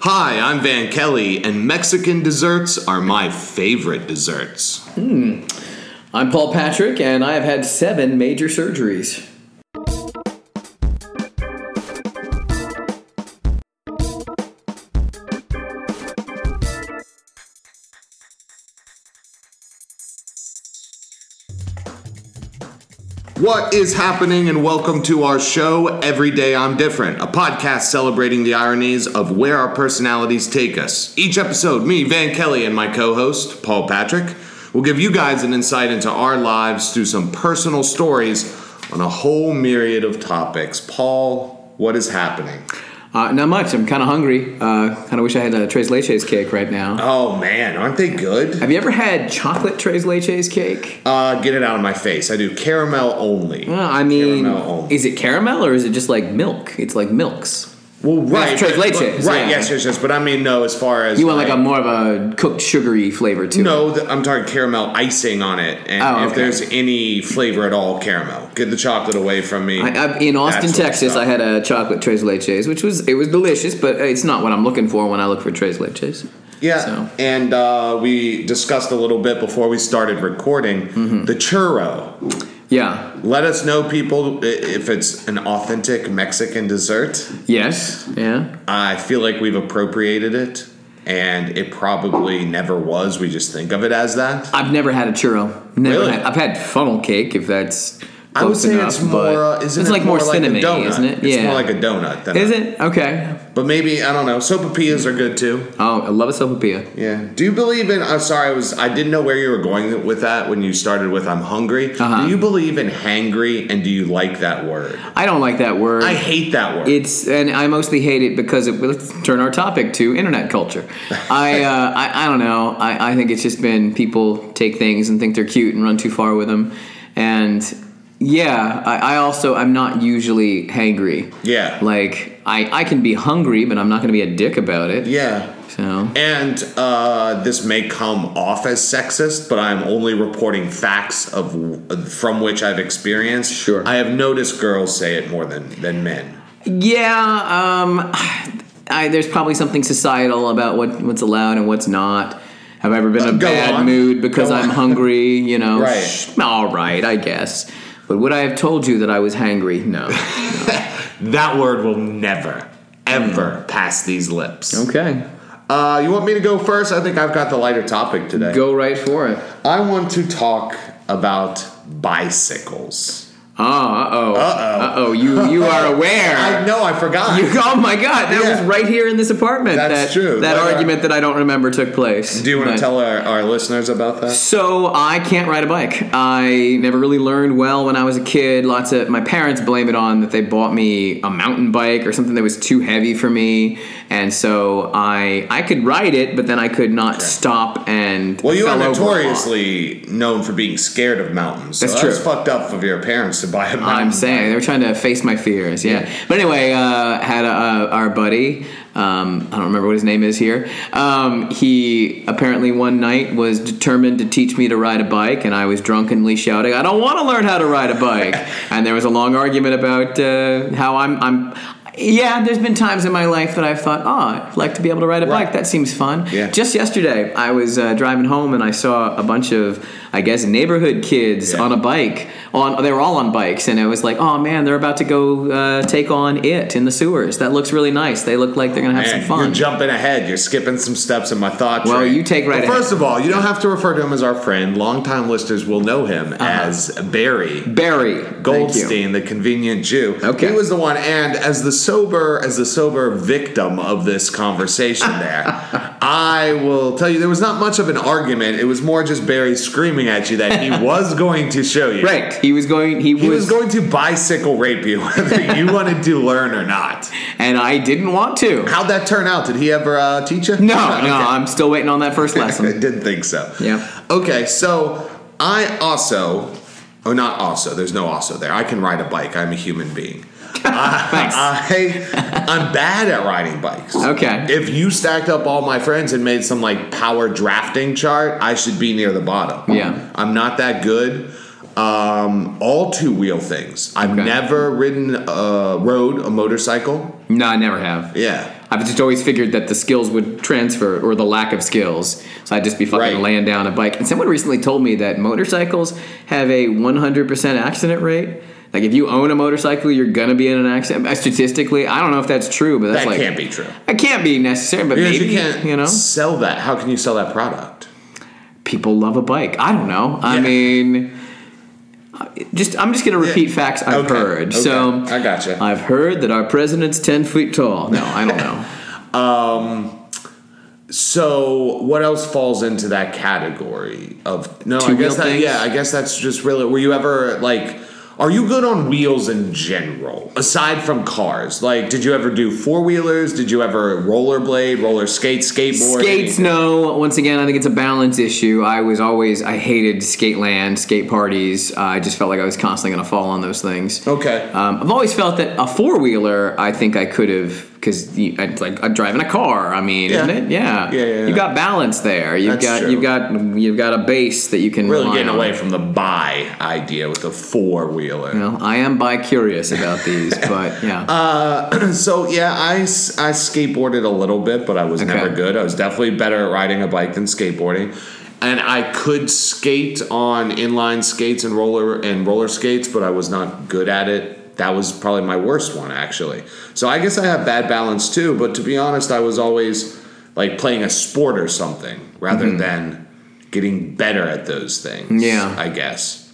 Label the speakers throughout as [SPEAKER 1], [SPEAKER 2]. [SPEAKER 1] Hi, I'm Van Kelly, and Mexican desserts are my favorite desserts.
[SPEAKER 2] I'm Paul Patrick, and I have had seven major surgeries.
[SPEAKER 1] What is happening, and welcome to our show, Every Day I'm Different, a podcast celebrating the ironies of where our personalities take us. Each episode, me, Van Kelly, and my co host, Paul Patrick, will give you guys an insight into our lives through some personal stories on a whole myriad of topics. Paul, what is happening?
[SPEAKER 2] Uh, not much. I'm kind of hungry. Uh, kind of wish I had a tres leches cake right now.
[SPEAKER 1] Oh man, aren't they good?
[SPEAKER 2] Have you ever had chocolate tres leches cake?
[SPEAKER 1] Uh, get it out of my face. I do caramel only.
[SPEAKER 2] Uh, I mean,
[SPEAKER 1] Caramel.
[SPEAKER 2] is it caramel or is it just like milk? It's like milks.
[SPEAKER 1] Well, right,
[SPEAKER 2] tres
[SPEAKER 1] but-
[SPEAKER 2] leches,
[SPEAKER 1] but- right?
[SPEAKER 2] yeah.
[SPEAKER 1] Yes, yes, yes. But I mean, no. As far as
[SPEAKER 2] You want like a more of a cooked sugary flavor to it.
[SPEAKER 1] no. The, I'm talking caramel icing on it, and
[SPEAKER 2] Oh,
[SPEAKER 1] if
[SPEAKER 2] okay.
[SPEAKER 1] there's any flavor at all, caramel. Get the chocolate away from me.
[SPEAKER 2] I, I, in Austin,
[SPEAKER 1] That sort of
[SPEAKER 2] Texas,
[SPEAKER 1] stuff.
[SPEAKER 2] I had a chocolate tres leches, which was it was delicious, but it's not what I'm looking for when I look for tres leches.
[SPEAKER 1] yeah,
[SPEAKER 2] so.
[SPEAKER 1] and uh, we discussed a little bit before we started recording
[SPEAKER 2] Mm-hmm.
[SPEAKER 1] the churro.
[SPEAKER 2] Yeah.
[SPEAKER 1] Let us know, people, i- if it's an authentic Mexican dessert.
[SPEAKER 2] Yes. Yeah.
[SPEAKER 1] I feel like we've appropriated it, and it probably never was. We just think of it as that.
[SPEAKER 2] I've never had a churro. Never
[SPEAKER 1] Really?
[SPEAKER 2] had. I've had funnel cake, if that's.
[SPEAKER 1] I would
[SPEAKER 2] close
[SPEAKER 1] say
[SPEAKER 2] enough,
[SPEAKER 1] it's
[SPEAKER 2] but
[SPEAKER 1] more. Uh, isn't
[SPEAKER 2] it's
[SPEAKER 1] it
[SPEAKER 2] like more,
[SPEAKER 1] like
[SPEAKER 2] cinnamon,
[SPEAKER 1] a donut?
[SPEAKER 2] isn't it?
[SPEAKER 1] It's
[SPEAKER 2] yeah.
[SPEAKER 1] more like a donut. Than
[SPEAKER 2] Is
[SPEAKER 1] a-
[SPEAKER 2] it okay?
[SPEAKER 1] But maybe I don't know. Sopapillas are good too.
[SPEAKER 2] Oh, I love a sopapilla.
[SPEAKER 1] Yeah. Do you believe in? I'm sorry. I was. I didn't know where you were going with that when you started with "I'm hungry."
[SPEAKER 2] Uh-huh.
[SPEAKER 1] Do you believe in "hangry" and do you like that word?
[SPEAKER 2] I don't like that word.
[SPEAKER 1] I hate that word.
[SPEAKER 2] It's and I mostly hate it because it, let's turn our topic to internet culture. I uh, I, I don't know. I, I think it's just been people take things and think they're cute and run too far with them, and yeah, I, I also I'm not usually hangry.
[SPEAKER 1] Yeah.
[SPEAKER 2] like I I can be hungry, but I'm not going to be a dick about it.
[SPEAKER 1] yeah.
[SPEAKER 2] So
[SPEAKER 1] And uh, this may come off as sexist, but I'm only reporting facts of uh, from which I've experienced.
[SPEAKER 2] Sure.
[SPEAKER 1] I have noticed girls say it more than than men.
[SPEAKER 2] yeah, um, I, there's probably something societal about what what's allowed and what's not. Have I ever been in a
[SPEAKER 1] Go
[SPEAKER 2] bad
[SPEAKER 1] on.
[SPEAKER 2] mood because
[SPEAKER 1] Go
[SPEAKER 2] I'm
[SPEAKER 1] on.
[SPEAKER 2] hungry? You know,
[SPEAKER 1] Right.
[SPEAKER 2] Sh- all right, I guess. But would I have told you that I was hangry? No.
[SPEAKER 1] That word will never, ever pass these lips.
[SPEAKER 2] okay,
[SPEAKER 1] Uh, you want me to go first? I think I've got the lighter topic today.
[SPEAKER 2] go right for it.
[SPEAKER 1] I want to talk about bicycles.
[SPEAKER 2] Ah, uh oh, uh oh, you you are
[SPEAKER 1] I
[SPEAKER 2] aware.
[SPEAKER 1] know, I forgot.
[SPEAKER 2] You, oh my God, that
[SPEAKER 1] Yeah.
[SPEAKER 2] was right here in this apartment.
[SPEAKER 1] That's
[SPEAKER 2] that,
[SPEAKER 1] true.
[SPEAKER 2] That
[SPEAKER 1] Like, uh,
[SPEAKER 2] argument that I don't remember took place.
[SPEAKER 1] Do you want to
[SPEAKER 2] But-
[SPEAKER 1] tell our, our listeners about that?
[SPEAKER 2] So I can't ride a bike. I never really learned well when I was a kid. Lots of my parents blame it on that they bought me a mountain bike or something that was too heavy for me, and so I I could ride it, but then I could not stop and
[SPEAKER 1] Well, you are
[SPEAKER 2] fell over a lot.
[SPEAKER 1] notoriously known for being scared of mountains. So
[SPEAKER 2] That's
[SPEAKER 1] that's
[SPEAKER 2] true.
[SPEAKER 1] fucked up of your parents to buy a mountain.
[SPEAKER 2] I'm saying they were trying to face my fears. Yeah. But anyway, uh, had a, uh, our buddy. Um, I don't remember what his name is here. Um, he apparently one night was determined to teach me to ride a bike, and I was drunkenly shouting, "I don't want to learn how to ride a bike!" and there was a long argument about uh, how I'm. I'm yeah, there's been times in my life that I've thought, oh, I'd like to be able to ride a
[SPEAKER 1] Right.
[SPEAKER 2] bike. That seems fun.
[SPEAKER 1] Yeah.
[SPEAKER 2] Just yesterday, I was uh, driving home and I saw a bunch of, I guess, neighborhood kids
[SPEAKER 1] Yeah.
[SPEAKER 2] on a bike. On they were all on bikes, and it was like, oh man, they're about to go uh, take on it in the sewers. That looks really nice. They look like they're gonna have
[SPEAKER 1] Man,
[SPEAKER 2] some fun.
[SPEAKER 1] You're jumping ahead. You're skipping some steps in my thought.
[SPEAKER 2] Well,
[SPEAKER 1] train.
[SPEAKER 2] you take right
[SPEAKER 1] But First of all, you don't have to refer to him as our friend. Longtime listeners will know him
[SPEAKER 2] Uh-huh.
[SPEAKER 1] as Barry.
[SPEAKER 2] Barry thank you.
[SPEAKER 1] Goldstein, the convenient Jew.
[SPEAKER 2] Okay.
[SPEAKER 1] He was the one and as the sober as the sober victim of this conversation there. I will tell you there was not much of an argument. It was more just Barry screaming at you that he was going to show you.
[SPEAKER 2] Right, he was going. He,
[SPEAKER 1] He was going to bicycle rape you whether you wanted to learn or not.
[SPEAKER 2] and I didn't want to.
[SPEAKER 1] How'd that turn out? Did he ever uh, teach you?
[SPEAKER 2] No, no,
[SPEAKER 1] Okay.
[SPEAKER 2] I'm still waiting on that first
[SPEAKER 1] I
[SPEAKER 2] lesson.
[SPEAKER 1] didn't think so.
[SPEAKER 2] Yeah.
[SPEAKER 1] Okay, so I also, oh, not also. There's no also there. I can ride a bike. I'm a human being.
[SPEAKER 2] Thanks.
[SPEAKER 1] I, I'm bad at riding bikes.
[SPEAKER 2] Okay.
[SPEAKER 1] If you stacked up all my friends and made some like power drafting chart, I should be near the bottom.
[SPEAKER 2] Yeah.
[SPEAKER 1] I'm not that good. Um, all two wheel things. I've
[SPEAKER 2] Okay.
[SPEAKER 1] never ridden, uh, rode a motorcycle.
[SPEAKER 2] no, I never have.
[SPEAKER 1] Yeah.
[SPEAKER 2] I've just always figured that the skills would transfer or the lack of skills. So I'd just be fucking
[SPEAKER 1] Right.
[SPEAKER 2] laying down a bike. And someone recently told me that motorcycles have a 100% accident rate. Like if you own a motorcycle, you're gonna be in an accident. Uh, Statistically, I don't know if that's true, but that's
[SPEAKER 1] That
[SPEAKER 2] like
[SPEAKER 1] can't be true.
[SPEAKER 2] It can't be necessary, but
[SPEAKER 1] Because
[SPEAKER 2] maybe
[SPEAKER 1] you can't
[SPEAKER 2] you know
[SPEAKER 1] sell that. How can you sell that product?
[SPEAKER 2] people love a bike. I don't know. I
[SPEAKER 1] Yeah.
[SPEAKER 2] mean, just I'm just gonna repeat
[SPEAKER 1] Yeah.
[SPEAKER 2] facts I've
[SPEAKER 1] Okay.
[SPEAKER 2] heard.
[SPEAKER 1] Okay.
[SPEAKER 2] So
[SPEAKER 1] I gotcha.
[SPEAKER 2] I've heard that our president's ten feet tall. No, I don't know.
[SPEAKER 1] So what else falls into that category of no? I
[SPEAKER 2] Two-wheel
[SPEAKER 1] guess that
[SPEAKER 2] things?
[SPEAKER 1] yeah. I guess that's just really. Were you ever like? Are you good on wheels in general, aside from cars? Like, did you ever do four wheelers? Did you ever rollerblade, roller skate, skateboard?
[SPEAKER 2] Skates, no. Once again, I think it's a balance issue. I was always I hated skate land, skate parties. Uh, I just felt like I was constantly gonna fall on those things.
[SPEAKER 1] Okay.
[SPEAKER 2] Um, I've always felt that a four wheeler, I think I could have because like I'm driving a car. I mean,
[SPEAKER 1] Yeah.
[SPEAKER 2] isn't it? Yeah.
[SPEAKER 1] Yeah, yeah, yeah.
[SPEAKER 2] You got balance there. You've
[SPEAKER 1] That's
[SPEAKER 2] got
[SPEAKER 1] true.
[SPEAKER 2] you've got you've got a base that you can
[SPEAKER 1] really
[SPEAKER 2] rely
[SPEAKER 1] getting
[SPEAKER 2] on.
[SPEAKER 1] away from the buy idea with the four wheeler.
[SPEAKER 2] Well, I am bi curious about these, but yeah,
[SPEAKER 1] So yeah, I, s- I skateboarded a little bit, but I was
[SPEAKER 2] Okay.
[SPEAKER 1] never good. I was definitely better at riding a bike than skateboarding, and I could skate on inline skates and roller and roller skates, but I was not good at it. That was probably my worst one actually. So I guess I have bad balance too. But to be honest, I was always like playing a sport or something rather than getting better at those things.
[SPEAKER 2] Mm-hmm. Yeah.
[SPEAKER 1] I guess.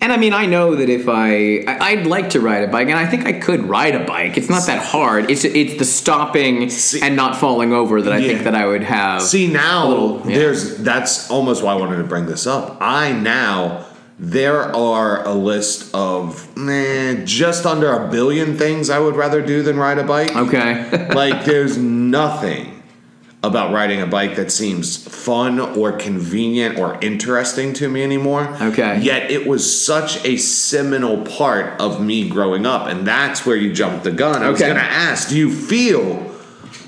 [SPEAKER 2] and I mean, I know that if I, I I'd like to ride a bike, and I think I could ride a bike. It's not that hard. It's it's the stopping and not falling over that I think
[SPEAKER 1] Yeah.
[SPEAKER 2] that I would have.
[SPEAKER 1] See now,
[SPEAKER 2] little- yeah.
[SPEAKER 1] there's that's almost why I wanted to bring this up. I now there are a list of eh, just under a billion things I would rather do than ride a bike.
[SPEAKER 2] okay,
[SPEAKER 1] like there's nothing about riding a bike that seems fun or convenient or interesting to me anymore.
[SPEAKER 2] Okay.
[SPEAKER 1] Yet it was such a seminal part of me growing up, and that's where you jumped the gun. I was
[SPEAKER 2] Okay.
[SPEAKER 1] gonna ask, do you feel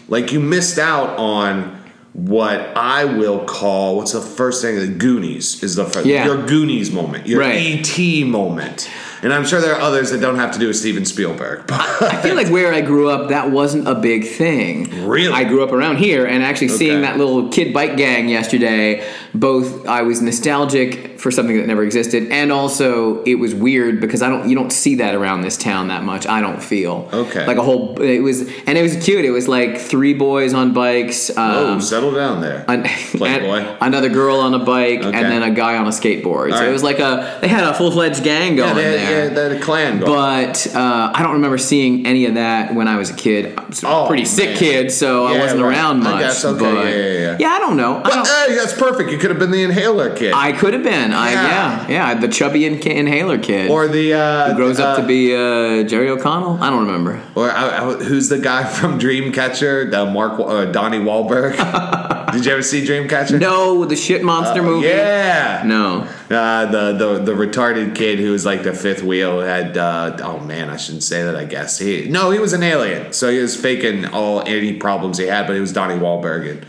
[SPEAKER 1] like you missed out on what I will call what's the first thing? The Goonies is the first
[SPEAKER 2] Yeah.
[SPEAKER 1] your Goonies moment. Your
[SPEAKER 2] Right.
[SPEAKER 1] ET moment. And I'm sure there are others that don't have to do with Steven Spielberg.
[SPEAKER 2] I feel like where I grew up, that wasn't a big thing.
[SPEAKER 1] Really?
[SPEAKER 2] I grew up around here, and actually seeing
[SPEAKER 1] Okay.
[SPEAKER 2] that little kid bike gang yesterday, both I was nostalgic for something that never existed, and also it was weird because I don't you don't see that around this town that much. I don't feel
[SPEAKER 1] Okay.
[SPEAKER 2] like a whole. It was and it was cute. It was like three boys on bikes.
[SPEAKER 1] oh,
[SPEAKER 2] Um,
[SPEAKER 1] settle down there.
[SPEAKER 2] an-
[SPEAKER 1] Playboy.
[SPEAKER 2] an- another girl on a bike,
[SPEAKER 1] Okay.
[SPEAKER 2] and then a guy on a skateboard. so
[SPEAKER 1] All
[SPEAKER 2] it
[SPEAKER 1] right.
[SPEAKER 2] was like a they had a full fledged gang
[SPEAKER 1] Yeah,
[SPEAKER 2] going
[SPEAKER 1] they,
[SPEAKER 2] there.
[SPEAKER 1] yeah, they had a clan going.
[SPEAKER 2] But uh, I don't remember seeing any of that when I was a kid. I was a
[SPEAKER 1] Oh,
[SPEAKER 2] pretty sick
[SPEAKER 1] man.
[SPEAKER 2] kid, so I
[SPEAKER 1] Yeah,
[SPEAKER 2] wasn't
[SPEAKER 1] right.
[SPEAKER 2] around
[SPEAKER 1] I
[SPEAKER 2] much.
[SPEAKER 1] guess, okay,
[SPEAKER 2] but
[SPEAKER 1] yeah, yeah, yeah.
[SPEAKER 2] I don't know. I,
[SPEAKER 1] But, uh,
[SPEAKER 2] don't-
[SPEAKER 1] hey, that's perfect. You could have been the inhaler kid,
[SPEAKER 2] I could have been. I
[SPEAKER 1] Yeah.
[SPEAKER 2] yeah, yeah, the chubby in- inhaler kid
[SPEAKER 1] or the uh,
[SPEAKER 2] grows up
[SPEAKER 1] uh,
[SPEAKER 2] to be uh, Jerry O'Connell. I don't remember.
[SPEAKER 1] or I, I, who's the guy from Dreamcatcher? The Mark Wa- uh, Donnie Wahlberg. Did you ever see Dreamcatcher?
[SPEAKER 2] No, the shit monster movie.
[SPEAKER 1] Uh, Yeah.
[SPEAKER 2] No.
[SPEAKER 1] Uh, the, the the retarded kid who was like the fifth wheel had uh, oh man I shouldn't say that I guess he no he was an alien so he was faking all any problems he had but he was Donnie Wahlberg and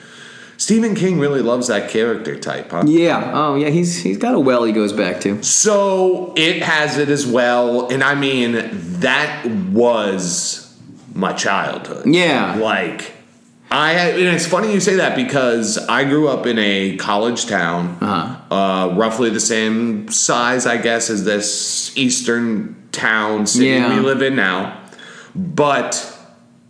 [SPEAKER 1] Stephen King really loves that character type huh
[SPEAKER 2] Yeah. Oh, yeah. He's he's got a well he goes back to.
[SPEAKER 1] So it has it as well. And I mean, that was my childhood.
[SPEAKER 2] Yeah.
[SPEAKER 1] Like, I, and it's funny you say that because I grew up in a college town,
[SPEAKER 2] Uh-huh.
[SPEAKER 1] uh, roughly the same size, I guess, as this eastern town city
[SPEAKER 2] Yeah.
[SPEAKER 1] we live in now. But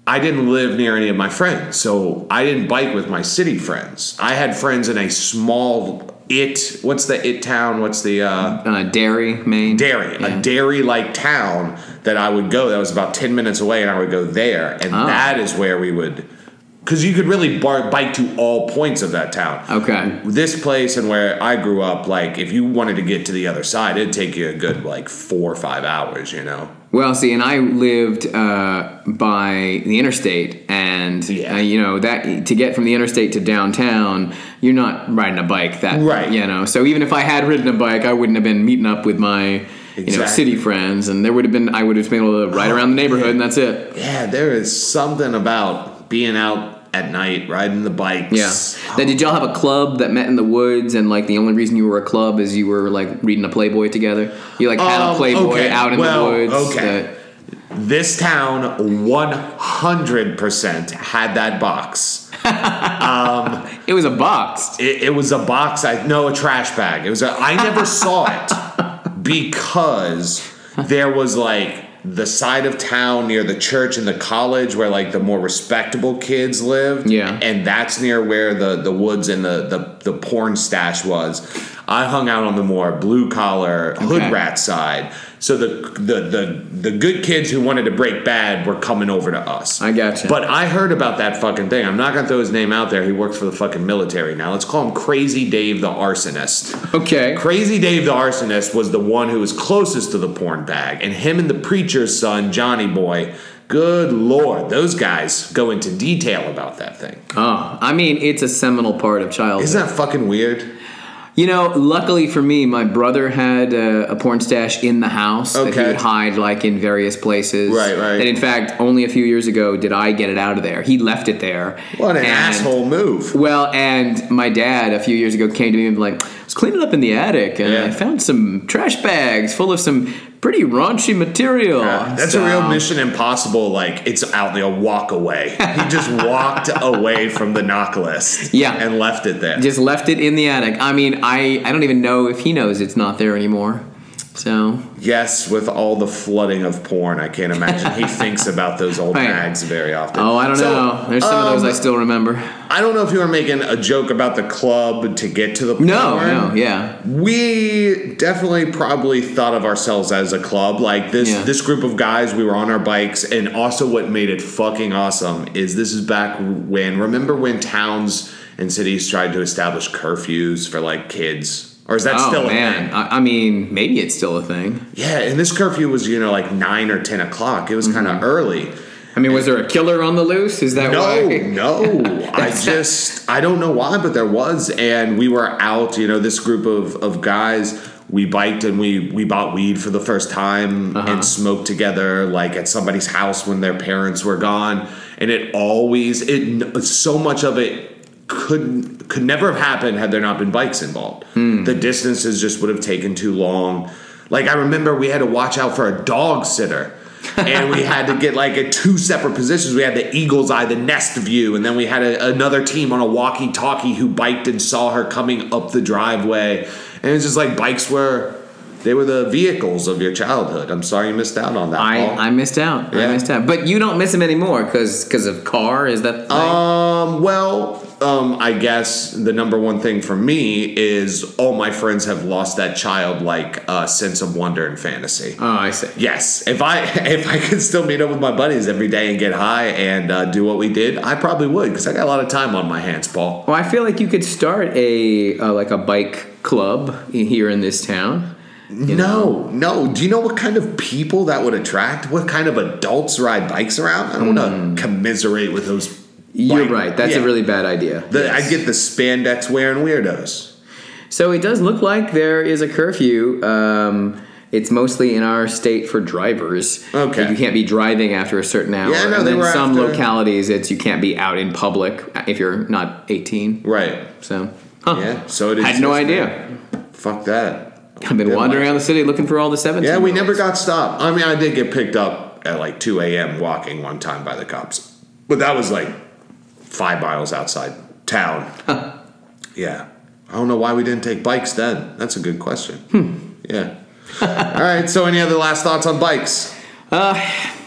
[SPEAKER 1] I didn't live near any of my friends, so I didn't bike with my city friends. I had friends in a small it. What's the it town? What's the uh,
[SPEAKER 2] Uh, Derry, Maine.
[SPEAKER 1] dairy?
[SPEAKER 2] Yeah.
[SPEAKER 1] A dairy like town that I would go. That was about ten minutes away, and I would go there, and
[SPEAKER 2] Oh.
[SPEAKER 1] that is where we would. Because you could really bar- bike to all points of that town
[SPEAKER 2] Okay.
[SPEAKER 1] this place and where I grew up, like if you wanted to get to the other side, it'd take you a good like four or five hours, you know.
[SPEAKER 2] Well, see, and I lived uh, by the interstate, and
[SPEAKER 1] Yeah.
[SPEAKER 2] uh, you know that to get from the interstate to downtown, you're not riding a bike that,
[SPEAKER 1] Right.
[SPEAKER 2] You know, so even if I had ridden a bike, I wouldn't have been meeting up with my you know
[SPEAKER 1] Exactly. Oh,
[SPEAKER 2] city friends, and there would have been I would have been able to ride around the neighborhood, and that's it.
[SPEAKER 1] Yeah, there is something about being out at night riding the
[SPEAKER 2] Yeah.
[SPEAKER 1] bikes.
[SPEAKER 2] Then did y'all have a club that met in the woods, and like the only reason you were a club is you were like reading a Playboy together? You like had a
[SPEAKER 1] Um,
[SPEAKER 2] Playboy
[SPEAKER 1] okay,
[SPEAKER 2] out in
[SPEAKER 1] well,
[SPEAKER 2] the woods.
[SPEAKER 1] okay.
[SPEAKER 2] that-
[SPEAKER 1] This town 100% had that box.
[SPEAKER 2] It was a box.
[SPEAKER 1] It, it was a box. I no, a trash bag. It was. A, I never saw it because there was like the side of town near the church and the college where like the more respectable kids lived.
[SPEAKER 2] Yeah.
[SPEAKER 1] and that's near where the the woods and the the, the porn stash was. I hung out on the more blue collar hood
[SPEAKER 2] Okay.
[SPEAKER 1] rat side. So the, the the the good kids who wanted to break bad were coming over to us.
[SPEAKER 2] I gotcha.
[SPEAKER 1] But I heard about that fucking thing. I'm not gonna throw his name out there. He works for the fucking military now. Let's call him Crazy Dave the arsonist.
[SPEAKER 2] Okay.
[SPEAKER 1] Crazy Dave the arsonist was the one who was closest to the porn bag, and him and the preacher's son Johnny Boy. Good lord, those guys go into detail about that thing.
[SPEAKER 2] Oh, I mean, it's a seminal part of childhood.
[SPEAKER 1] Isn't that fucking weird?
[SPEAKER 2] You know, luckily for me, my brother had uh, a, a porn stash in the house that
[SPEAKER 1] Okay.
[SPEAKER 2] he would hide like in various places.
[SPEAKER 1] Right, right.
[SPEAKER 2] And in fact, only a few years ago did I get it out of there. He left it there.
[SPEAKER 1] What an
[SPEAKER 2] And-
[SPEAKER 1] asshole move.
[SPEAKER 2] Well, and my dad a few years ago came to me and was like, I was cleaning up in the attic and
[SPEAKER 1] Yeah.
[SPEAKER 2] I found some trash bags full of some pretty raunchy material.
[SPEAKER 1] That's
[SPEAKER 2] So-
[SPEAKER 1] a real Mission Impossible. Like it's out there, walk away. He just walked away from the knock list.
[SPEAKER 2] Yeah.
[SPEAKER 1] and left it there.
[SPEAKER 2] Just left it in the attic. I mean, I, I don't even know if he knows it's not there anymore. So
[SPEAKER 1] Yes, with all the flooding of porn, I can't imagine he thinks about those old
[SPEAKER 2] Right.
[SPEAKER 1] bags very often.
[SPEAKER 2] Oh, I don't
[SPEAKER 1] So,
[SPEAKER 2] know. There's some of those
[SPEAKER 1] um,
[SPEAKER 2] I still remember.
[SPEAKER 1] I don't know if you were making a joke about the club to get to the porn.
[SPEAKER 2] No, no, yeah.
[SPEAKER 1] We definitely probably thought of ourselves as a club. Like this
[SPEAKER 2] Yeah.
[SPEAKER 1] this group of guys, we were on our bikes, and also what made it fucking awesome is this is back when remember when towns and cities tried to establish curfews for like kids? Or is that
[SPEAKER 2] oh
[SPEAKER 1] still a thing?
[SPEAKER 2] man, I, I mean, maybe it's still a thing.
[SPEAKER 1] Yeah, and this curfew was, you know, like nine or ten o'clock. It was kind of early.
[SPEAKER 2] I mean, was there a killer on the loose? Is that
[SPEAKER 1] No, Oh.
[SPEAKER 2] why?
[SPEAKER 1] no. I just I don't know why, but there was, and we were out. You know, this group of of guys. We biked and we we bought weed for the first time
[SPEAKER 2] Uh-huh.
[SPEAKER 1] and smoked together, like at somebody's house when their parents were gone. And it always it so much of it could could never have happened had there not been bikes involved.
[SPEAKER 2] Hmm.
[SPEAKER 1] The distances just would have taken too long. Like I remember we had to watch out for a dog sitter. and we had to get like a two separate positions. We had the eagle's eye, the nest view, and then we had a, another team on a walkie-talkie who biked and saw her coming up the driveway. And it's just like bikes were they were the vehicles of your childhood. I'm sorry you missed out on that.
[SPEAKER 2] I,
[SPEAKER 1] Paul.
[SPEAKER 2] I missed out.
[SPEAKER 1] Yeah.
[SPEAKER 2] I missed out. But you don't miss them anymore because of car. Is that? the thing?
[SPEAKER 1] Um, well, um, I guess the number one thing for me is all my friends have lost that childlike uh, sense of wonder and fantasy.
[SPEAKER 2] oh, I see.
[SPEAKER 1] Yes, if I if I could still meet up with my buddies every day and get high and uh, do what we did, I probably would because I got a lot of time on my hands, Paul.
[SPEAKER 2] Well, I feel like you could start a uh, like a bike club here in this town.
[SPEAKER 1] no, no. Do you know what kind of people that would attract? What kind of adults ride bikes around? I don't want to commiserate with those.
[SPEAKER 2] Hmm. You're
[SPEAKER 1] bike-
[SPEAKER 2] right. That's
[SPEAKER 1] yeah.
[SPEAKER 2] a really bad idea.
[SPEAKER 1] The,
[SPEAKER 2] Yes.
[SPEAKER 1] I get the spandex wearing weirdos.
[SPEAKER 2] So it does look like there is a curfew. Um, it's mostly in our state for drivers.
[SPEAKER 1] Okay.
[SPEAKER 2] Like, you can't be driving after a certain hour.
[SPEAKER 1] Yeah, no,
[SPEAKER 2] and
[SPEAKER 1] they
[SPEAKER 2] then
[SPEAKER 1] were
[SPEAKER 2] some
[SPEAKER 1] after-
[SPEAKER 2] localities, it's you can't be out in public if you're not 18.
[SPEAKER 1] Right.
[SPEAKER 2] So, huh.
[SPEAKER 1] Yeah. So it is.
[SPEAKER 2] Had no
[SPEAKER 1] just-
[SPEAKER 2] idea.
[SPEAKER 1] Fuck that.
[SPEAKER 2] I've been
[SPEAKER 1] Good
[SPEAKER 2] wandering
[SPEAKER 1] life.
[SPEAKER 2] around the city looking for all the 17.
[SPEAKER 1] Yeah, we never got stopped. I mean, I did get picked up at like 2 a.m. walking one time by the cops, but that was like five miles outside town. Yeah. I don't know why we didn't take bikes then. That's a good question.
[SPEAKER 2] Hmm.
[SPEAKER 1] Yeah. All right. So, any other last thoughts on bikes?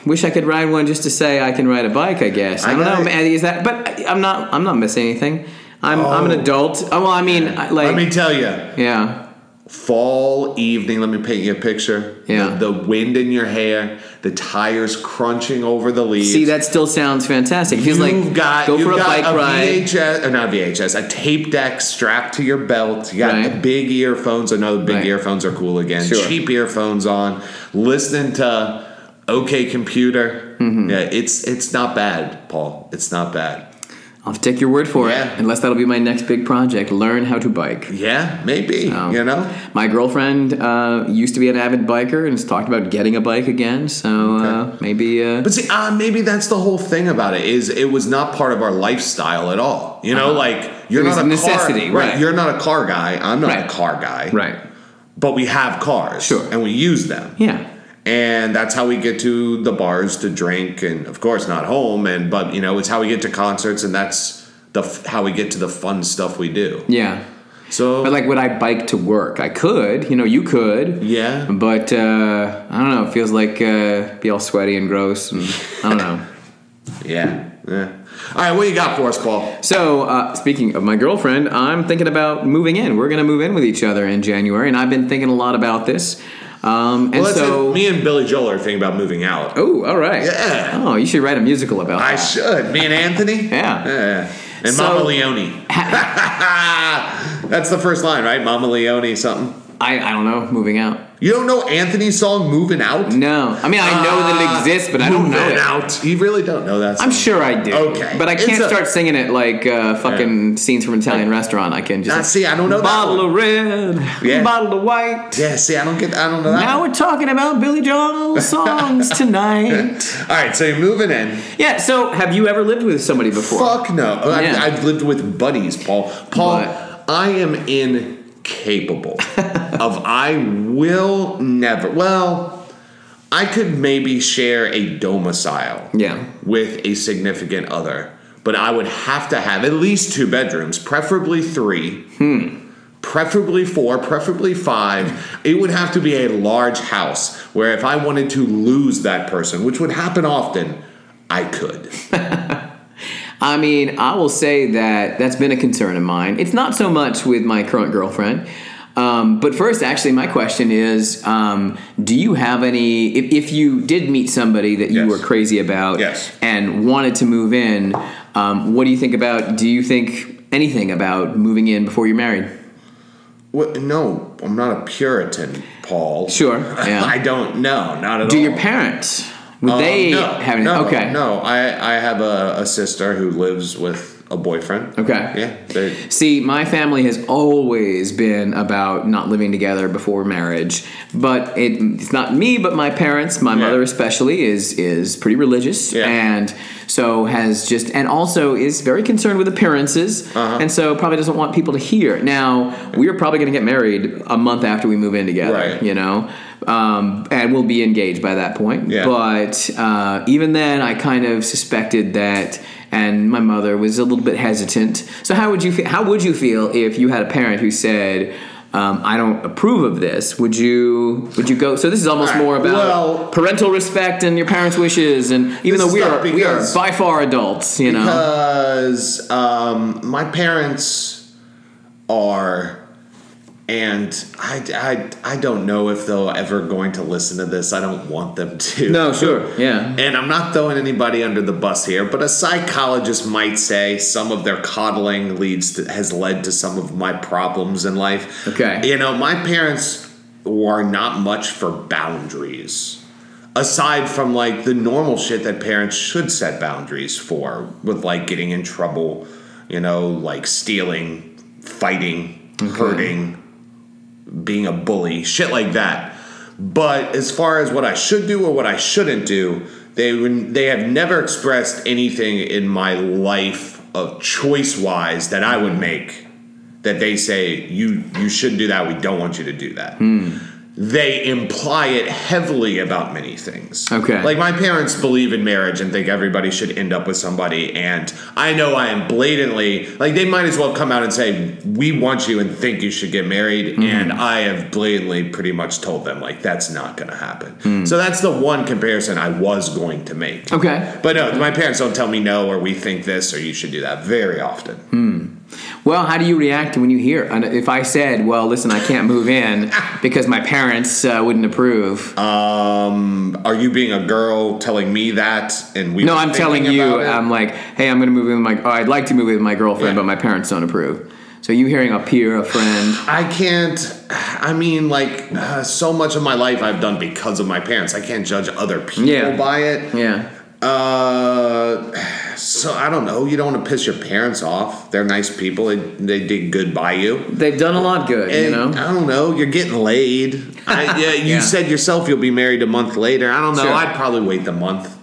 [SPEAKER 2] Wish I could ride one just to say I can ride a bike. I guess I,
[SPEAKER 1] I
[SPEAKER 2] don't
[SPEAKER 1] got
[SPEAKER 2] know.
[SPEAKER 1] it.
[SPEAKER 2] man, Is that? But I'm not. I'm not missing anything. I'm. I'm an
[SPEAKER 1] Oh.
[SPEAKER 2] adult. Oh, well, I mean, I- like,
[SPEAKER 1] Let me tell you,
[SPEAKER 2] yeah.
[SPEAKER 1] fall evening. Let me paint you a picture.
[SPEAKER 2] Yeah.
[SPEAKER 1] The, the wind in your hair, the tires crunching over the leaves.
[SPEAKER 2] See, that still sounds fantastic.
[SPEAKER 1] you've
[SPEAKER 2] He's like,
[SPEAKER 1] got,
[SPEAKER 2] go
[SPEAKER 1] you've
[SPEAKER 2] for a
[SPEAKER 1] got
[SPEAKER 2] bike
[SPEAKER 1] a
[SPEAKER 2] ride.
[SPEAKER 1] VHS, or uh, not VHS, a tape deck strapped to your belt. You got
[SPEAKER 2] Right.
[SPEAKER 1] the big earphones. I know the big
[SPEAKER 2] Right.
[SPEAKER 1] earphones are cool again.
[SPEAKER 2] Sure.
[SPEAKER 1] Cheap earphones on, listening to OK Computer.
[SPEAKER 2] Mm-hmm.
[SPEAKER 1] Yeah, it's it's not bad, Paul. It's not bad.
[SPEAKER 2] I'll take your word for
[SPEAKER 1] Yeah.
[SPEAKER 2] it, unless that'll be my next big project. Learn how to bike.
[SPEAKER 1] Yeah, maybe.
[SPEAKER 2] Um,
[SPEAKER 1] you know,
[SPEAKER 2] My girlfriend uh, used to be an avid biker and has talked about getting a bike again. So uh, maybe. Uh,
[SPEAKER 1] But see, uh, maybe that's the whole thing about it is it was not part of our lifestyle at all. You know, like you're
[SPEAKER 2] Uh-huh. It was
[SPEAKER 1] not a
[SPEAKER 2] a necessity,
[SPEAKER 1] car, right.
[SPEAKER 2] right.
[SPEAKER 1] You're not a car guy. I'm not a
[SPEAKER 2] Right.
[SPEAKER 1] car guy.
[SPEAKER 2] right.
[SPEAKER 1] But we have cars,
[SPEAKER 2] Sure.
[SPEAKER 1] and we use them.
[SPEAKER 2] Yeah.
[SPEAKER 1] and that's how we get to the bars to drink and of course not home and but you know it's how we get to concerts and that's the f- how we get to the fun stuff we do
[SPEAKER 2] Yeah.
[SPEAKER 1] so
[SPEAKER 2] But like, would I bike to work? I could. You know, you could.
[SPEAKER 1] yeah
[SPEAKER 2] But uh, I don't know. It feels like uh, be all sweaty and gross, and I don't know.
[SPEAKER 1] yeah yeah all right what you got for us paul
[SPEAKER 2] So, uh, speaking of my girlfriend, I'm thinking about moving in. We're going to move in with each other in January, and I've been thinking a lot about this. Um, and
[SPEAKER 1] well, that's
[SPEAKER 2] so,
[SPEAKER 1] it. me and billy joel are thinking about moving out
[SPEAKER 2] oh, all right.
[SPEAKER 1] Yeah.
[SPEAKER 2] Oh, you should write a musical about
[SPEAKER 1] i
[SPEAKER 2] that.
[SPEAKER 1] should me and anthony
[SPEAKER 2] Yeah.
[SPEAKER 1] and
[SPEAKER 2] So-
[SPEAKER 1] mama leone that's the first line right mama leone something
[SPEAKER 2] I, I don't know. Moving out.
[SPEAKER 1] you don't know anthony's song moving out
[SPEAKER 2] No, I mean I know that it
[SPEAKER 1] Ah,
[SPEAKER 2] exists, but I don't know
[SPEAKER 1] Moving
[SPEAKER 2] it.
[SPEAKER 1] out you really don't know that song.
[SPEAKER 2] I'm sure I do.
[SPEAKER 1] Okay.
[SPEAKER 2] but I
[SPEAKER 1] It's
[SPEAKER 2] can't
[SPEAKER 1] a-
[SPEAKER 2] start singing it like uh, fucking scenes from an Italian restaurant. I can just
[SPEAKER 1] Ah, see, I don't know that
[SPEAKER 2] bottle
[SPEAKER 1] one.
[SPEAKER 2] of red,
[SPEAKER 1] Yeah.
[SPEAKER 2] bottle of white.
[SPEAKER 1] Yeah, see, I don't get, I don't know that.
[SPEAKER 2] Now
[SPEAKER 1] one.
[SPEAKER 2] we're talking about Billy Joel songs tonight.
[SPEAKER 1] All right, so you're moving in.
[SPEAKER 2] Yeah. So, have you ever lived with somebody before?
[SPEAKER 1] Fuck no. I've,
[SPEAKER 2] Yeah.
[SPEAKER 1] I've lived with buddies, Paul. Paul,
[SPEAKER 2] But-
[SPEAKER 1] I am incapable of. I will never. Well, I could maybe share a domicile.
[SPEAKER 2] Yeah.
[SPEAKER 1] with a significant other, but I would have to have at least two bedrooms, preferably three. Hmm. Preferably four, preferably five. It would have to be a large house where if I wanted to lose that person, which would happen often, I could.
[SPEAKER 2] I mean, I will say that that's been a concern of mine. It's not so much with my current girlfriend. Um, but first, actually, my question is um, Do you have any, if, if you did meet somebody that you
[SPEAKER 1] Yes.
[SPEAKER 2] were crazy about
[SPEAKER 1] Yes.
[SPEAKER 2] and wanted to move in, um, what do you think about? Do you think anything about moving in before you're married?
[SPEAKER 1] What? No, I'm not a Puritan, Paul.
[SPEAKER 2] Sure, yeah.
[SPEAKER 1] I don't know. Not at
[SPEAKER 2] Do
[SPEAKER 1] all.
[SPEAKER 2] your parents, would
[SPEAKER 1] Um,
[SPEAKER 2] they
[SPEAKER 1] no,
[SPEAKER 2] have any?
[SPEAKER 1] No,
[SPEAKER 2] okay.
[SPEAKER 1] No, I, I have a, a sister who lives with a boyfriend.
[SPEAKER 2] Okay.
[SPEAKER 1] Yeah. they-
[SPEAKER 2] See, my family has always been about not living together before marriage, but it, it's not me, but my parents, my
[SPEAKER 1] Yeah.
[SPEAKER 2] mother especially, is is pretty religious,
[SPEAKER 1] Yeah.
[SPEAKER 2] and so has just and also is very concerned with appearances,
[SPEAKER 1] Uh-huh.
[SPEAKER 2] and so probably doesn't want people to hear. Now we are probably going to get married a month after we move in together,
[SPEAKER 1] Right.
[SPEAKER 2] you know, um, and we'll be engaged by that point.
[SPEAKER 1] Yeah.
[SPEAKER 2] But uh, even then, I kind of suspected that, and my mother was a little bit hesitant. So how would you feel? How would you feel if you had a parent who said? Um, I don't approve of this. Would you? Would you go? So this is almost
[SPEAKER 1] All right,
[SPEAKER 2] more about
[SPEAKER 1] well-
[SPEAKER 2] parental respect and your parents' wishes, and even
[SPEAKER 1] This
[SPEAKER 2] though we
[SPEAKER 1] is
[SPEAKER 2] are
[SPEAKER 1] tough
[SPEAKER 2] we are
[SPEAKER 1] because-
[SPEAKER 2] by far adults, you know.
[SPEAKER 1] because um, my parents are and I, I, I don't know if they'll ever going to listen to this i don't want them to
[SPEAKER 2] No, sure, yeah.
[SPEAKER 1] and i'm not throwing anybody under the bus here but a psychologist might say some of their coddling leads to, has led to some of my problems in life
[SPEAKER 2] Okay.
[SPEAKER 1] you know my parents were not much for boundaries aside from like the normal shit that parents should set boundaries for with like getting in trouble you know like stealing fighting hurting being a bully shit like that but as far as what i should do or what i shouldn't do they would- they have never expressed anything in my life of choice wise that i would make that they say you you shouldn't do that we don't want you to do that they imply it heavily about many things.
[SPEAKER 2] Okay.
[SPEAKER 1] Like my parents believe in marriage and think everybody should end up with somebody and I know I am blatantly like they might as well come out and say we want you and think you should get married
[SPEAKER 2] Mm-hmm.
[SPEAKER 1] and I have blatantly pretty much told them like that's not going to happen. So that's the one comparison I was going to make.
[SPEAKER 2] Mm. okay.
[SPEAKER 1] But no, my parents don't tell me no or we think this or you should do that very often.
[SPEAKER 2] Hmm. Well, how do you react when you hear? And if I said, "Well, listen, I can't move in because my parents uh, wouldn't approve,"
[SPEAKER 1] Um are you being a girl telling me that and we
[SPEAKER 2] no,
[SPEAKER 1] were
[SPEAKER 2] I'm
[SPEAKER 1] thinking
[SPEAKER 2] telling you, um,
[SPEAKER 1] about it?
[SPEAKER 2] I'm like, "Hey, I'm going to move in with my. Oh, I'd like to move in with my girlfriend,
[SPEAKER 1] Yeah.
[SPEAKER 2] but my parents don't approve." So you hearing a peer, a friend,
[SPEAKER 1] I can't. I mean, like uh, so much of my life I've done because of my parents. I can't judge other people
[SPEAKER 2] Yeah.
[SPEAKER 1] by it.
[SPEAKER 2] yeah,
[SPEAKER 1] Uh, so I don't know. You don't want to piss your parents off. They're nice people. They they did good by you.
[SPEAKER 2] they've done a lot good, you
[SPEAKER 1] And
[SPEAKER 2] know.
[SPEAKER 1] I don't know. You're getting laid. I, yeah, you
[SPEAKER 2] Yeah.
[SPEAKER 1] said yourself you'll be married a month later. I don't know.
[SPEAKER 2] Sure.
[SPEAKER 1] I'd probably wait the month.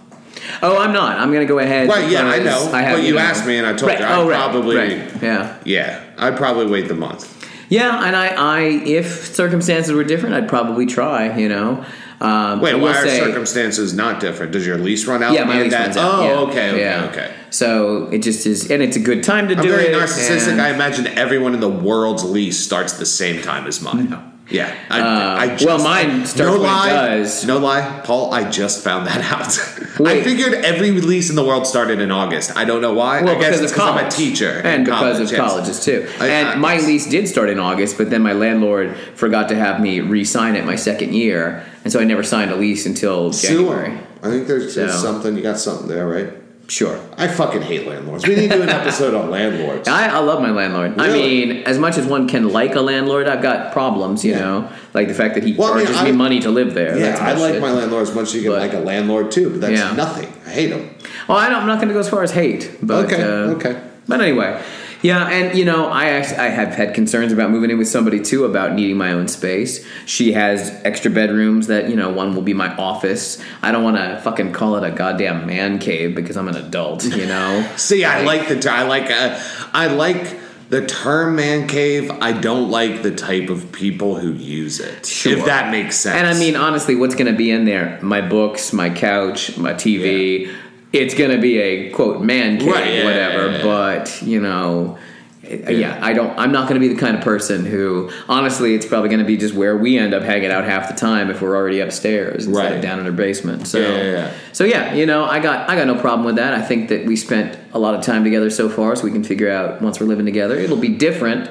[SPEAKER 2] Oh, I'm not. I'm going to go ahead.
[SPEAKER 1] Right, yeah, I
[SPEAKER 2] because
[SPEAKER 1] know. But you asked me and I told
[SPEAKER 2] Right,
[SPEAKER 1] you. I
[SPEAKER 2] oh, right,
[SPEAKER 1] probably-
[SPEAKER 2] right, yeah.
[SPEAKER 1] Yeah, I'd probably wait the month.
[SPEAKER 2] Yeah, and I, I, if circumstances were different, I'd probably try. You know. Um,
[SPEAKER 1] Wait,
[SPEAKER 2] I will
[SPEAKER 1] why are
[SPEAKER 2] say-
[SPEAKER 1] circumstances not different? Does your lease run out?
[SPEAKER 2] Yeah, my
[SPEAKER 1] and
[SPEAKER 2] lease
[SPEAKER 1] that-
[SPEAKER 2] runs out.
[SPEAKER 1] Oh,
[SPEAKER 2] yeah,
[SPEAKER 1] okay, okay,
[SPEAKER 2] yeah.
[SPEAKER 1] okay.
[SPEAKER 2] So it just is, and it's a good time to
[SPEAKER 1] I'm
[SPEAKER 2] do
[SPEAKER 1] very
[SPEAKER 2] it.
[SPEAKER 1] narcissistic.
[SPEAKER 2] and-
[SPEAKER 1] I imagine everyone in the world's lease starts the same time as mine. Yeah. I,
[SPEAKER 2] Uh,
[SPEAKER 1] I
[SPEAKER 2] well, mine starts when it does.
[SPEAKER 1] No lie, Paul. I just found that out. I
[SPEAKER 2] Wait.
[SPEAKER 1] figured every lease in the world started in August. I don't know why.
[SPEAKER 2] well,
[SPEAKER 1] I guess
[SPEAKER 2] because
[SPEAKER 1] it's
[SPEAKER 2] of
[SPEAKER 1] because
[SPEAKER 2] college.
[SPEAKER 1] I'm a teacher
[SPEAKER 2] and
[SPEAKER 1] in
[SPEAKER 2] because of
[SPEAKER 1] yes.
[SPEAKER 2] colleges too.
[SPEAKER 1] I-
[SPEAKER 2] and
[SPEAKER 1] I-
[SPEAKER 2] my
[SPEAKER 1] yes.
[SPEAKER 2] lease did start in August, but then my landlord forgot to have me re-sign it my second year, and so I never signed a lease until January.
[SPEAKER 1] I think there's
[SPEAKER 2] So-
[SPEAKER 1] there's something. You got something there, right?
[SPEAKER 2] Sure.
[SPEAKER 1] I fucking hate landlords. We need to do an episode on landlords.
[SPEAKER 2] I, I love my landlord.
[SPEAKER 1] Really?
[SPEAKER 2] I mean, as much as one can like a landlord, I've got problems, you
[SPEAKER 1] Yeah.
[SPEAKER 2] know, like the fact that he
[SPEAKER 1] Well, I mean,
[SPEAKER 2] charges
[SPEAKER 1] I-
[SPEAKER 2] me money to live there.
[SPEAKER 1] Yeah,
[SPEAKER 2] That's
[SPEAKER 1] I like
[SPEAKER 2] bullshit.
[SPEAKER 1] my landlord as much as you can
[SPEAKER 2] But-
[SPEAKER 1] like a landlord too, but that's
[SPEAKER 2] Yeah.
[SPEAKER 1] nothing. I hate them.
[SPEAKER 2] Well, I don't, I'm not going to go as far as hate, but
[SPEAKER 1] Okay,
[SPEAKER 2] uh,
[SPEAKER 1] okay.
[SPEAKER 2] But anyway, yeah, and you know, I act- I have had concerns about moving in with somebody too about needing my own space. She has extra bedrooms that you know one will be my office. I don't want to fucking call it a goddamn man cave because I'm an adult, you know.
[SPEAKER 1] See, I like the ter- I like uh, I like the term man cave. I don't like the type of people who use it.
[SPEAKER 2] Sure.
[SPEAKER 1] If that makes sense.
[SPEAKER 2] and I mean, honestly, what's going to be in there? My books, my couch, my TV. It's going to be a quote man cave,
[SPEAKER 1] Right, yeah,
[SPEAKER 2] whatever.
[SPEAKER 1] yeah, yeah, yeah.
[SPEAKER 2] But you know, yeah. I don't. I'm not going to be the kind of person who, honestly, it's probably going to be just where we end up hanging out half the time if we're already upstairs instead
[SPEAKER 1] Right.
[SPEAKER 2] of down in our basement. So,
[SPEAKER 1] Yeah, yeah, yeah.
[SPEAKER 2] so yeah, you know, I got I got no problem with that. I think that we spent a lot of time together so far, so we can figure out once we're living together, it'll be different.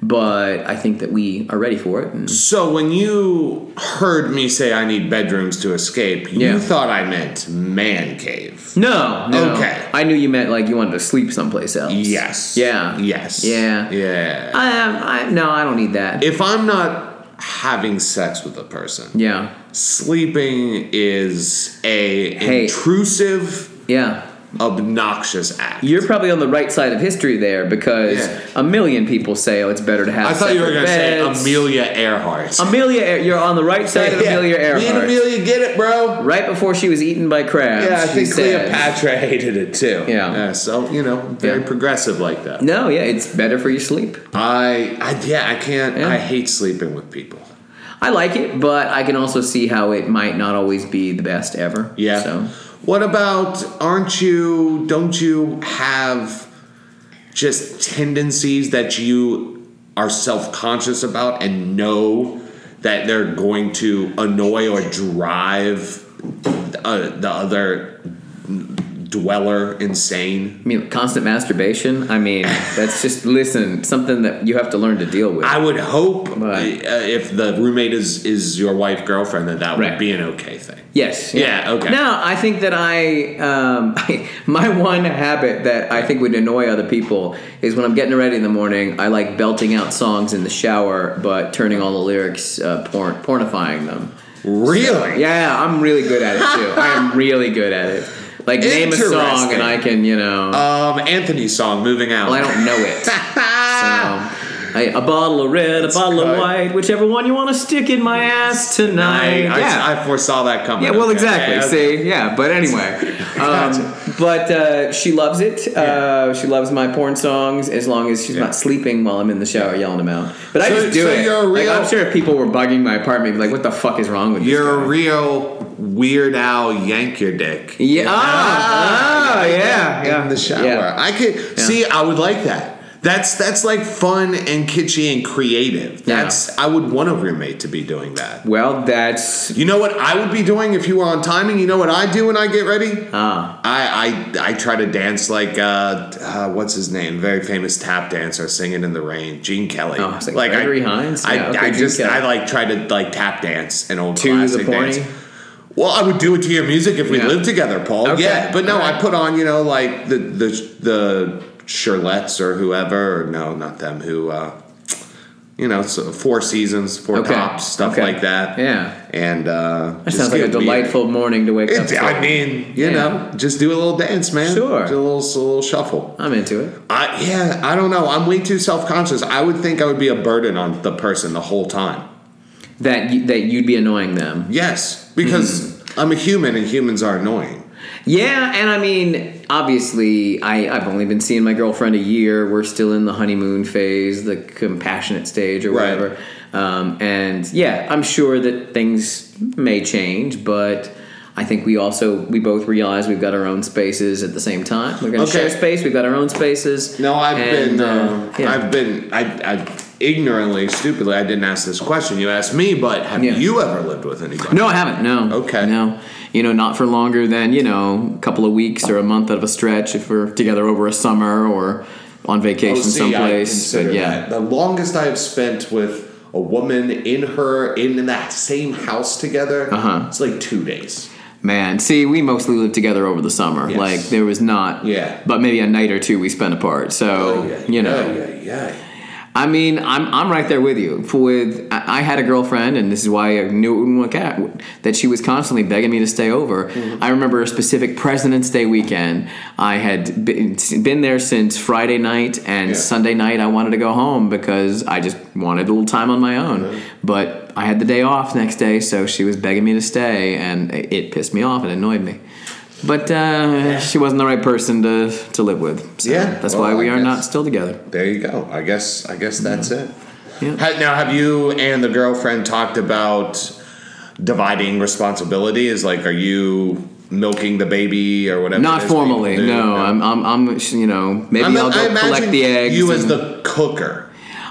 [SPEAKER 2] But I think that we are ready for it. And
[SPEAKER 1] so when you heard me say I need bedrooms to escape, you
[SPEAKER 2] Yeah.
[SPEAKER 1] thought I meant man cave.
[SPEAKER 2] No, no.
[SPEAKER 1] Okay.
[SPEAKER 2] I knew you meant like you wanted to sleep someplace else.
[SPEAKER 1] Yes.
[SPEAKER 2] Yeah.
[SPEAKER 1] Yes.
[SPEAKER 2] Yeah.
[SPEAKER 1] Yeah.
[SPEAKER 2] I, um, I no, I don't need that.
[SPEAKER 1] if I'm not having sex with a person,
[SPEAKER 2] yeah.
[SPEAKER 1] sleeping is a
[SPEAKER 2] Hey.
[SPEAKER 1] intrusive,
[SPEAKER 2] Yeah.
[SPEAKER 1] obnoxious act.
[SPEAKER 2] You're probably on the right side of history there because
[SPEAKER 1] Yeah.
[SPEAKER 2] a million people say, "Oh, it's better to have."
[SPEAKER 1] I thought you were
[SPEAKER 2] separate
[SPEAKER 1] going to say
[SPEAKER 2] beds."
[SPEAKER 1] Amelia Earhart.
[SPEAKER 2] Amelia, you're on the right side of
[SPEAKER 1] Yeah. Me
[SPEAKER 2] Amelia
[SPEAKER 1] and
[SPEAKER 2] Earhart.
[SPEAKER 1] Amelia get it, bro.
[SPEAKER 2] Right before she was eaten by crabs.
[SPEAKER 1] Yeah, I
[SPEAKER 2] she
[SPEAKER 1] think
[SPEAKER 2] said-
[SPEAKER 1] Cleopatra hated it too.
[SPEAKER 2] Yeah.
[SPEAKER 1] so you know, very
[SPEAKER 2] Yeah.
[SPEAKER 1] progressive like that.
[SPEAKER 2] No, yeah, it's better for your sleep.
[SPEAKER 1] I, I, yeah, I can't.
[SPEAKER 2] Yeah.
[SPEAKER 1] I hate sleeping with people.
[SPEAKER 2] I like it, but I can also see how it might not always be the best ever.
[SPEAKER 1] Yeah.
[SPEAKER 2] So
[SPEAKER 1] What about? Aren't you? Don't you have just tendencies that you are self conscious about and know that they're going to annoy or drive uh, the other dweller insane?
[SPEAKER 2] I mean, constant masturbation. I mean, that's just listen something that you have to learn to deal with.
[SPEAKER 1] I would hope uh,
[SPEAKER 2] Right.
[SPEAKER 1] if the roommate is is your wife girlfriend that that would
[SPEAKER 2] Right.
[SPEAKER 1] be an okay thing.
[SPEAKER 2] yes.
[SPEAKER 1] Yeah, okay.
[SPEAKER 2] No, I think that I, um, my one habit that I think would annoy other people is when I'm getting ready in the morning. I like belting out songs in the shower, but turning all the lyrics uh, porn pornifying them.
[SPEAKER 1] Really?
[SPEAKER 2] Yeah, I'm really good at it too. I am really good at it. Like name a song
[SPEAKER 1] Interesting.
[SPEAKER 2] and I can, you know.
[SPEAKER 1] Um, Anthony's song "Moving Out."
[SPEAKER 2] well, I don't know it. Um, I- a bottle of red, a bottle
[SPEAKER 1] cut.
[SPEAKER 2] of white, whichever one you want to stick in my ass tonight.
[SPEAKER 1] I, I,
[SPEAKER 2] yeah.
[SPEAKER 1] I foresaw that coming.
[SPEAKER 2] yeah, well,
[SPEAKER 1] Okay.
[SPEAKER 2] exactly.
[SPEAKER 1] Yeah,
[SPEAKER 2] See, yeah, but anyway, um, but uh, she loves it. Uh, she loves my porn songs as long as she's
[SPEAKER 1] Yeah.
[SPEAKER 2] not sleeping while I'm in the shower yelling them out. But I
[SPEAKER 1] So-
[SPEAKER 2] just do
[SPEAKER 1] so
[SPEAKER 2] it.
[SPEAKER 1] you're a
[SPEAKER 2] Like,
[SPEAKER 1] real-
[SPEAKER 2] I'm sure if people were bugging my apartment, they'd be like, "What the fuck is wrong with you?"
[SPEAKER 1] You're a real weird owl yank your dick.
[SPEAKER 2] Yeah. Ah, ah, yeah.
[SPEAKER 1] In
[SPEAKER 2] Yeah.
[SPEAKER 1] the shower.
[SPEAKER 2] Yeah.
[SPEAKER 1] I could see I would like that. That's that's like fun and kitschy and creative.
[SPEAKER 2] Yeah.
[SPEAKER 1] That's I would want a roommate to be doing that.
[SPEAKER 2] Well, that's
[SPEAKER 1] You know what I would be doing if you were on timing? You know what I do when I get ready?
[SPEAKER 2] ah.
[SPEAKER 1] I, I I try to dance like uh, uh what's his name? Very famous tap dancer singing in the rain, Gene Kelly.
[SPEAKER 2] Oh, I was like, Gregory Hines?
[SPEAKER 1] I,
[SPEAKER 2] Yeah, okay,
[SPEAKER 1] I
[SPEAKER 2] Gene
[SPEAKER 1] just
[SPEAKER 2] Kelly.
[SPEAKER 1] I like try to like tap dance and old
[SPEAKER 2] To the
[SPEAKER 1] classic
[SPEAKER 2] porny?
[SPEAKER 1] dance. Well, I would do it to your music if we
[SPEAKER 2] Yeah.
[SPEAKER 1] lived together, Paul.
[SPEAKER 2] Okay,
[SPEAKER 1] Yeah, but no,
[SPEAKER 2] all right.
[SPEAKER 1] I put on you know like the the the Shirlettes or whoever. Or no, not them. Who. uh you know, so four seasons, four
[SPEAKER 2] Okay,
[SPEAKER 1] tops, stuff
[SPEAKER 2] okay.
[SPEAKER 1] like that.
[SPEAKER 2] Yeah.
[SPEAKER 1] and uh,
[SPEAKER 2] That sounds like a delightful morning to wake up
[SPEAKER 1] It,
[SPEAKER 2] to.
[SPEAKER 1] I mean, you
[SPEAKER 2] Yeah.
[SPEAKER 1] know, just do a little dance, man.
[SPEAKER 2] Sure.
[SPEAKER 1] do a little, a little shuffle.
[SPEAKER 2] I'm into it.
[SPEAKER 1] I yeah, I don't know. I'm way too self conscious. I would think I would be a burden on the person the whole time.
[SPEAKER 2] That you, that you'd be annoying them. Hmm.
[SPEAKER 1] Yes, because I'm a human and humans are annoying.
[SPEAKER 2] Yeah, and I mean, obviously, I, I've only been seeing my girlfriend a year. We're still in the honeymoon phase, the compassionate stage, or
[SPEAKER 1] Right.
[SPEAKER 2] whatever. Um, and yeah, I'm sure that things may change, but I think we also we both realize we've got our own spaces at the same time. We're going to
[SPEAKER 1] Okay.
[SPEAKER 2] share space. We've got our own spaces.
[SPEAKER 1] No, I've
[SPEAKER 2] and,
[SPEAKER 1] been,
[SPEAKER 2] uh,
[SPEAKER 1] uh,
[SPEAKER 2] yeah.
[SPEAKER 1] I've been, I, I ignorantly, stupidly, I didn't ask this question. You asked me, but have
[SPEAKER 2] Yeah.
[SPEAKER 1] you ever lived with anybody?
[SPEAKER 2] No, I haven't. No.
[SPEAKER 1] Okay.
[SPEAKER 2] No. You know, not for longer than, you know, a couple of weeks or a month out of a stretch if we're together over a summer or on vacation
[SPEAKER 1] Oh, see, I
[SPEAKER 2] someplace.
[SPEAKER 1] consider
[SPEAKER 2] But yeah.
[SPEAKER 1] that. The longest I have spent with a woman in her in that same house together,
[SPEAKER 2] Uh-huh.
[SPEAKER 1] it's like two days.
[SPEAKER 2] Man, see, we mostly lived together over the summer.
[SPEAKER 1] Yes.
[SPEAKER 2] Like there was not
[SPEAKER 1] Yeah. Oh,
[SPEAKER 2] but maybe a night or two we spent apart. So, Oh, you know.
[SPEAKER 1] yeah, yeah, yeah.
[SPEAKER 2] I mean, I'm I'm right there with you. For With I I had a girlfriend, and this is why I knew it wouldn't work out. That she was constantly begging me to stay over.
[SPEAKER 1] Mm-hmm.
[SPEAKER 2] I remember a specific President's Day weekend. I had been, been there since Friday night, and
[SPEAKER 1] Yeah.
[SPEAKER 2] Sunday night I wanted to go home because I just wanted a little time on my own. But I had the day off next day, so she was begging me to stay, and it, it pissed me off and annoyed me. But uh, she wasn't the right person to to live with. So
[SPEAKER 1] Yeah,
[SPEAKER 2] that's
[SPEAKER 1] well,
[SPEAKER 2] why we
[SPEAKER 1] I
[SPEAKER 2] are not
[SPEAKER 1] guess.
[SPEAKER 2] still together.
[SPEAKER 1] There you go. I guess I guess that's it.
[SPEAKER 2] Yeah.
[SPEAKER 1] Ha- Now, have you and the girlfriend talked about dividing responsibility? Is like, are you milking the baby or whatever?
[SPEAKER 2] Not
[SPEAKER 1] it is people
[SPEAKER 2] formally,
[SPEAKER 1] do?
[SPEAKER 2] no. I'm, I'm, I'm, sh- you know, maybe
[SPEAKER 1] I'm-
[SPEAKER 2] I'll
[SPEAKER 1] I
[SPEAKER 2] go
[SPEAKER 1] imagine
[SPEAKER 2] collect the eggs.
[SPEAKER 1] You as
[SPEAKER 2] and-
[SPEAKER 1] the cooker.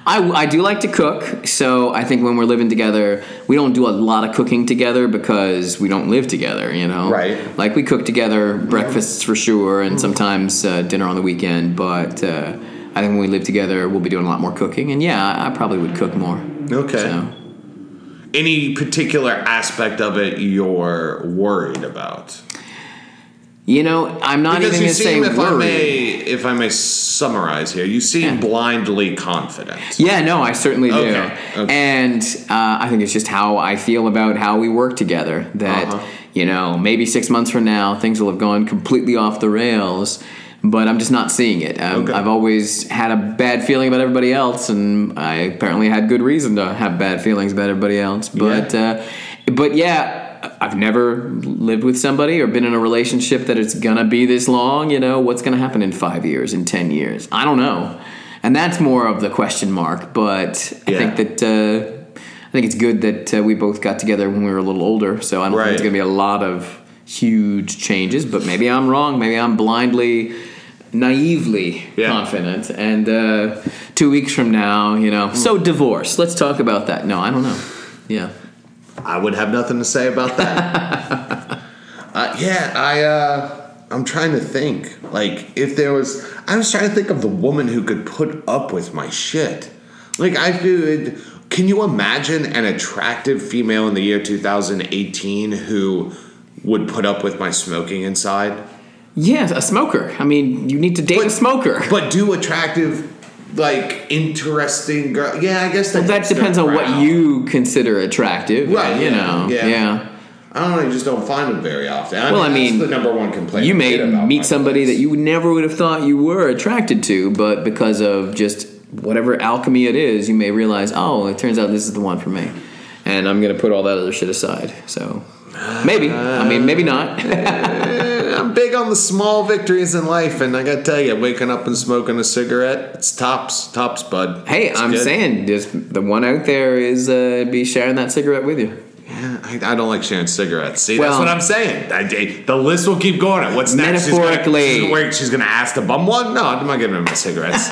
[SPEAKER 2] I, I do like to cook, so I think when we're living together, we don't do a lot of cooking together because we don't live together, you know?
[SPEAKER 1] Right.
[SPEAKER 2] Like we cook together, breakfasts for sure, and sometimes uh, dinner on the weekend, but uh, I think when we live together, we'll be doing a lot more cooking, and yeah, I, I probably would cook more.
[SPEAKER 1] Okay.
[SPEAKER 2] So.
[SPEAKER 1] Any particular aspect of it you're worried about?
[SPEAKER 2] You know, I'm not
[SPEAKER 1] Because
[SPEAKER 2] even
[SPEAKER 1] you
[SPEAKER 2] going to say
[SPEAKER 1] seem, if I
[SPEAKER 2] worried.
[SPEAKER 1] may, if I may summarize here, you seem
[SPEAKER 2] Yeah.
[SPEAKER 1] blindly confident.
[SPEAKER 2] Yeah, no, I certainly do.
[SPEAKER 1] Okay, okay.
[SPEAKER 2] And uh, I think it's just how I feel about how we work together. That,
[SPEAKER 1] Uh-huh.
[SPEAKER 2] you know, maybe six months from now, things will have gone completely off the rails, but I'm just not seeing it. Um,
[SPEAKER 1] Okay.
[SPEAKER 2] I've always had a bad feeling about everybody else, and I apparently had good reason to have bad feelings about everybody else. But, uh, but yeah. I've never lived with somebody or been in a relationship that it's gonna be this long. You know, what's gonna happen in five years, in ten years? I don't know, and that's more of the question mark. But I
[SPEAKER 1] Yeah.
[SPEAKER 2] think that uh, I think it's good that uh, we both got together when we were a little older. So I don't think
[SPEAKER 1] Right.
[SPEAKER 2] there's gonna be a lot of huge changes. But maybe I'm wrong. Maybe I'm blindly, naively
[SPEAKER 1] Yeah.
[SPEAKER 2] confident. And uh, two weeks from now, you know, so divorce. Let's talk about that. No, I don't know. Yeah.
[SPEAKER 1] I would have nothing to say about that. uh, yeah, I. Uh, I'm trying to think. Like, if there was, I was trying to think of the woman who could put up with my shit. Like, I could. Can you imagine an attractive female in the year 2018 who would put up with my smoking inside?
[SPEAKER 2] Yes, a smoker. I mean, you need to date a smoker.
[SPEAKER 1] But do attractive, like interesting girl? Yeah, I guess
[SPEAKER 2] But that depends on what you consider attractive.
[SPEAKER 1] Right,
[SPEAKER 2] and, You
[SPEAKER 1] yeah,
[SPEAKER 2] know.
[SPEAKER 1] yeah.
[SPEAKER 2] Yeah.
[SPEAKER 1] I don't know. You just don't find them very often. I
[SPEAKER 2] Well,
[SPEAKER 1] mean,
[SPEAKER 2] I mean,
[SPEAKER 1] that's the number one complaint.
[SPEAKER 2] You
[SPEAKER 1] I
[SPEAKER 2] may
[SPEAKER 1] get about my
[SPEAKER 2] meet somebody
[SPEAKER 1] place.
[SPEAKER 2] that you never would have thought you were attracted to, but because of just whatever alchemy it is, you may realize, oh, it turns out this is the one for me, and I'm gonna put all that other shit aside. So maybe. I mean, maybe not.
[SPEAKER 1] I'm big on the small victories in life, and I gotta tell you, waking up and smoking a cigarette, it's tops, tops, bud.
[SPEAKER 2] hey,
[SPEAKER 1] It's
[SPEAKER 2] I'm
[SPEAKER 1] good.
[SPEAKER 2] saying just the one out there is uh, be sharing that cigarette with you.
[SPEAKER 1] Yeah, I, I don't like sharing cigarettes. See, that's
[SPEAKER 2] Well-
[SPEAKER 1] what I'm saying. I- I- the list will keep going. What's next? She's gonna-
[SPEAKER 2] Metaphorically.
[SPEAKER 1] she's gonna, wait, she's gonna ask to bum one? No, I'm not giving him my cigarettes.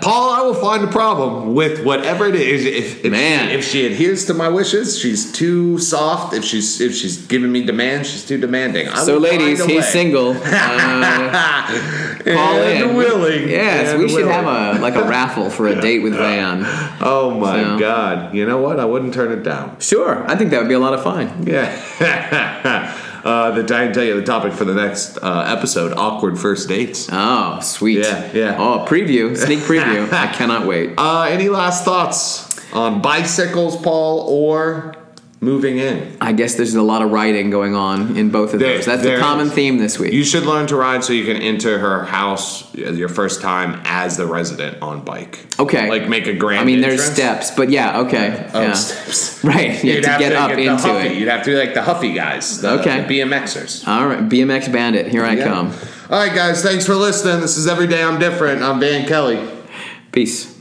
[SPEAKER 1] Paul, I will find a problem with whatever it is. If, if,
[SPEAKER 2] Man.
[SPEAKER 1] She, if she adheres to my wishes, she's too soft. If she's if she's giving me demands, she's too demanding. I
[SPEAKER 2] So,
[SPEAKER 1] will find
[SPEAKER 2] ladies,
[SPEAKER 1] a
[SPEAKER 2] he's
[SPEAKER 1] way.
[SPEAKER 2] single. Uh,
[SPEAKER 1] call
[SPEAKER 2] call in.
[SPEAKER 1] willing.
[SPEAKER 2] Yes,
[SPEAKER 1] and
[SPEAKER 2] we should
[SPEAKER 1] willing.
[SPEAKER 2] have a like a raffle for a date with Van.
[SPEAKER 1] Oh my
[SPEAKER 2] So-
[SPEAKER 1] god! You know what? I wouldn't turn it down.
[SPEAKER 2] Sure, I think that would be a lot of fun.
[SPEAKER 1] Yeah. uh, the I can tell you the topic for the next uh, episode: awkward first dates.
[SPEAKER 2] Oh, sweet.
[SPEAKER 1] Yeah, yeah.
[SPEAKER 2] Oh, preview, sneak preview. I cannot wait.
[SPEAKER 1] Uh, any last thoughts on bicycles, Paul, or moving in.
[SPEAKER 2] I guess there's a lot of writing going on in both of
[SPEAKER 1] There-
[SPEAKER 2] those. That's
[SPEAKER 1] there
[SPEAKER 2] the common
[SPEAKER 1] is.
[SPEAKER 2] theme this week.
[SPEAKER 1] You should learn to ride so you can enter her house your first time as the resident on bike.
[SPEAKER 2] okay.
[SPEAKER 1] Like make a grand.
[SPEAKER 2] I mean, there's
[SPEAKER 1] entrance.
[SPEAKER 2] steps, but yeah, okay.
[SPEAKER 1] Oh,
[SPEAKER 2] yeah.
[SPEAKER 1] steps.
[SPEAKER 2] Right. You
[SPEAKER 1] You'd
[SPEAKER 2] have to get up
[SPEAKER 1] the
[SPEAKER 2] into
[SPEAKER 1] Huffy.
[SPEAKER 2] it.
[SPEAKER 1] You'd have to be like the Huffy guys, the,
[SPEAKER 2] Okay.
[SPEAKER 1] the BMXers.
[SPEAKER 2] All right. BMX Bandit, here I
[SPEAKER 1] Yeah.
[SPEAKER 2] come.
[SPEAKER 1] All right, guys. Thanks for listening. This is Every Day I'm Different. I'm Van Kelly.
[SPEAKER 2] Peace.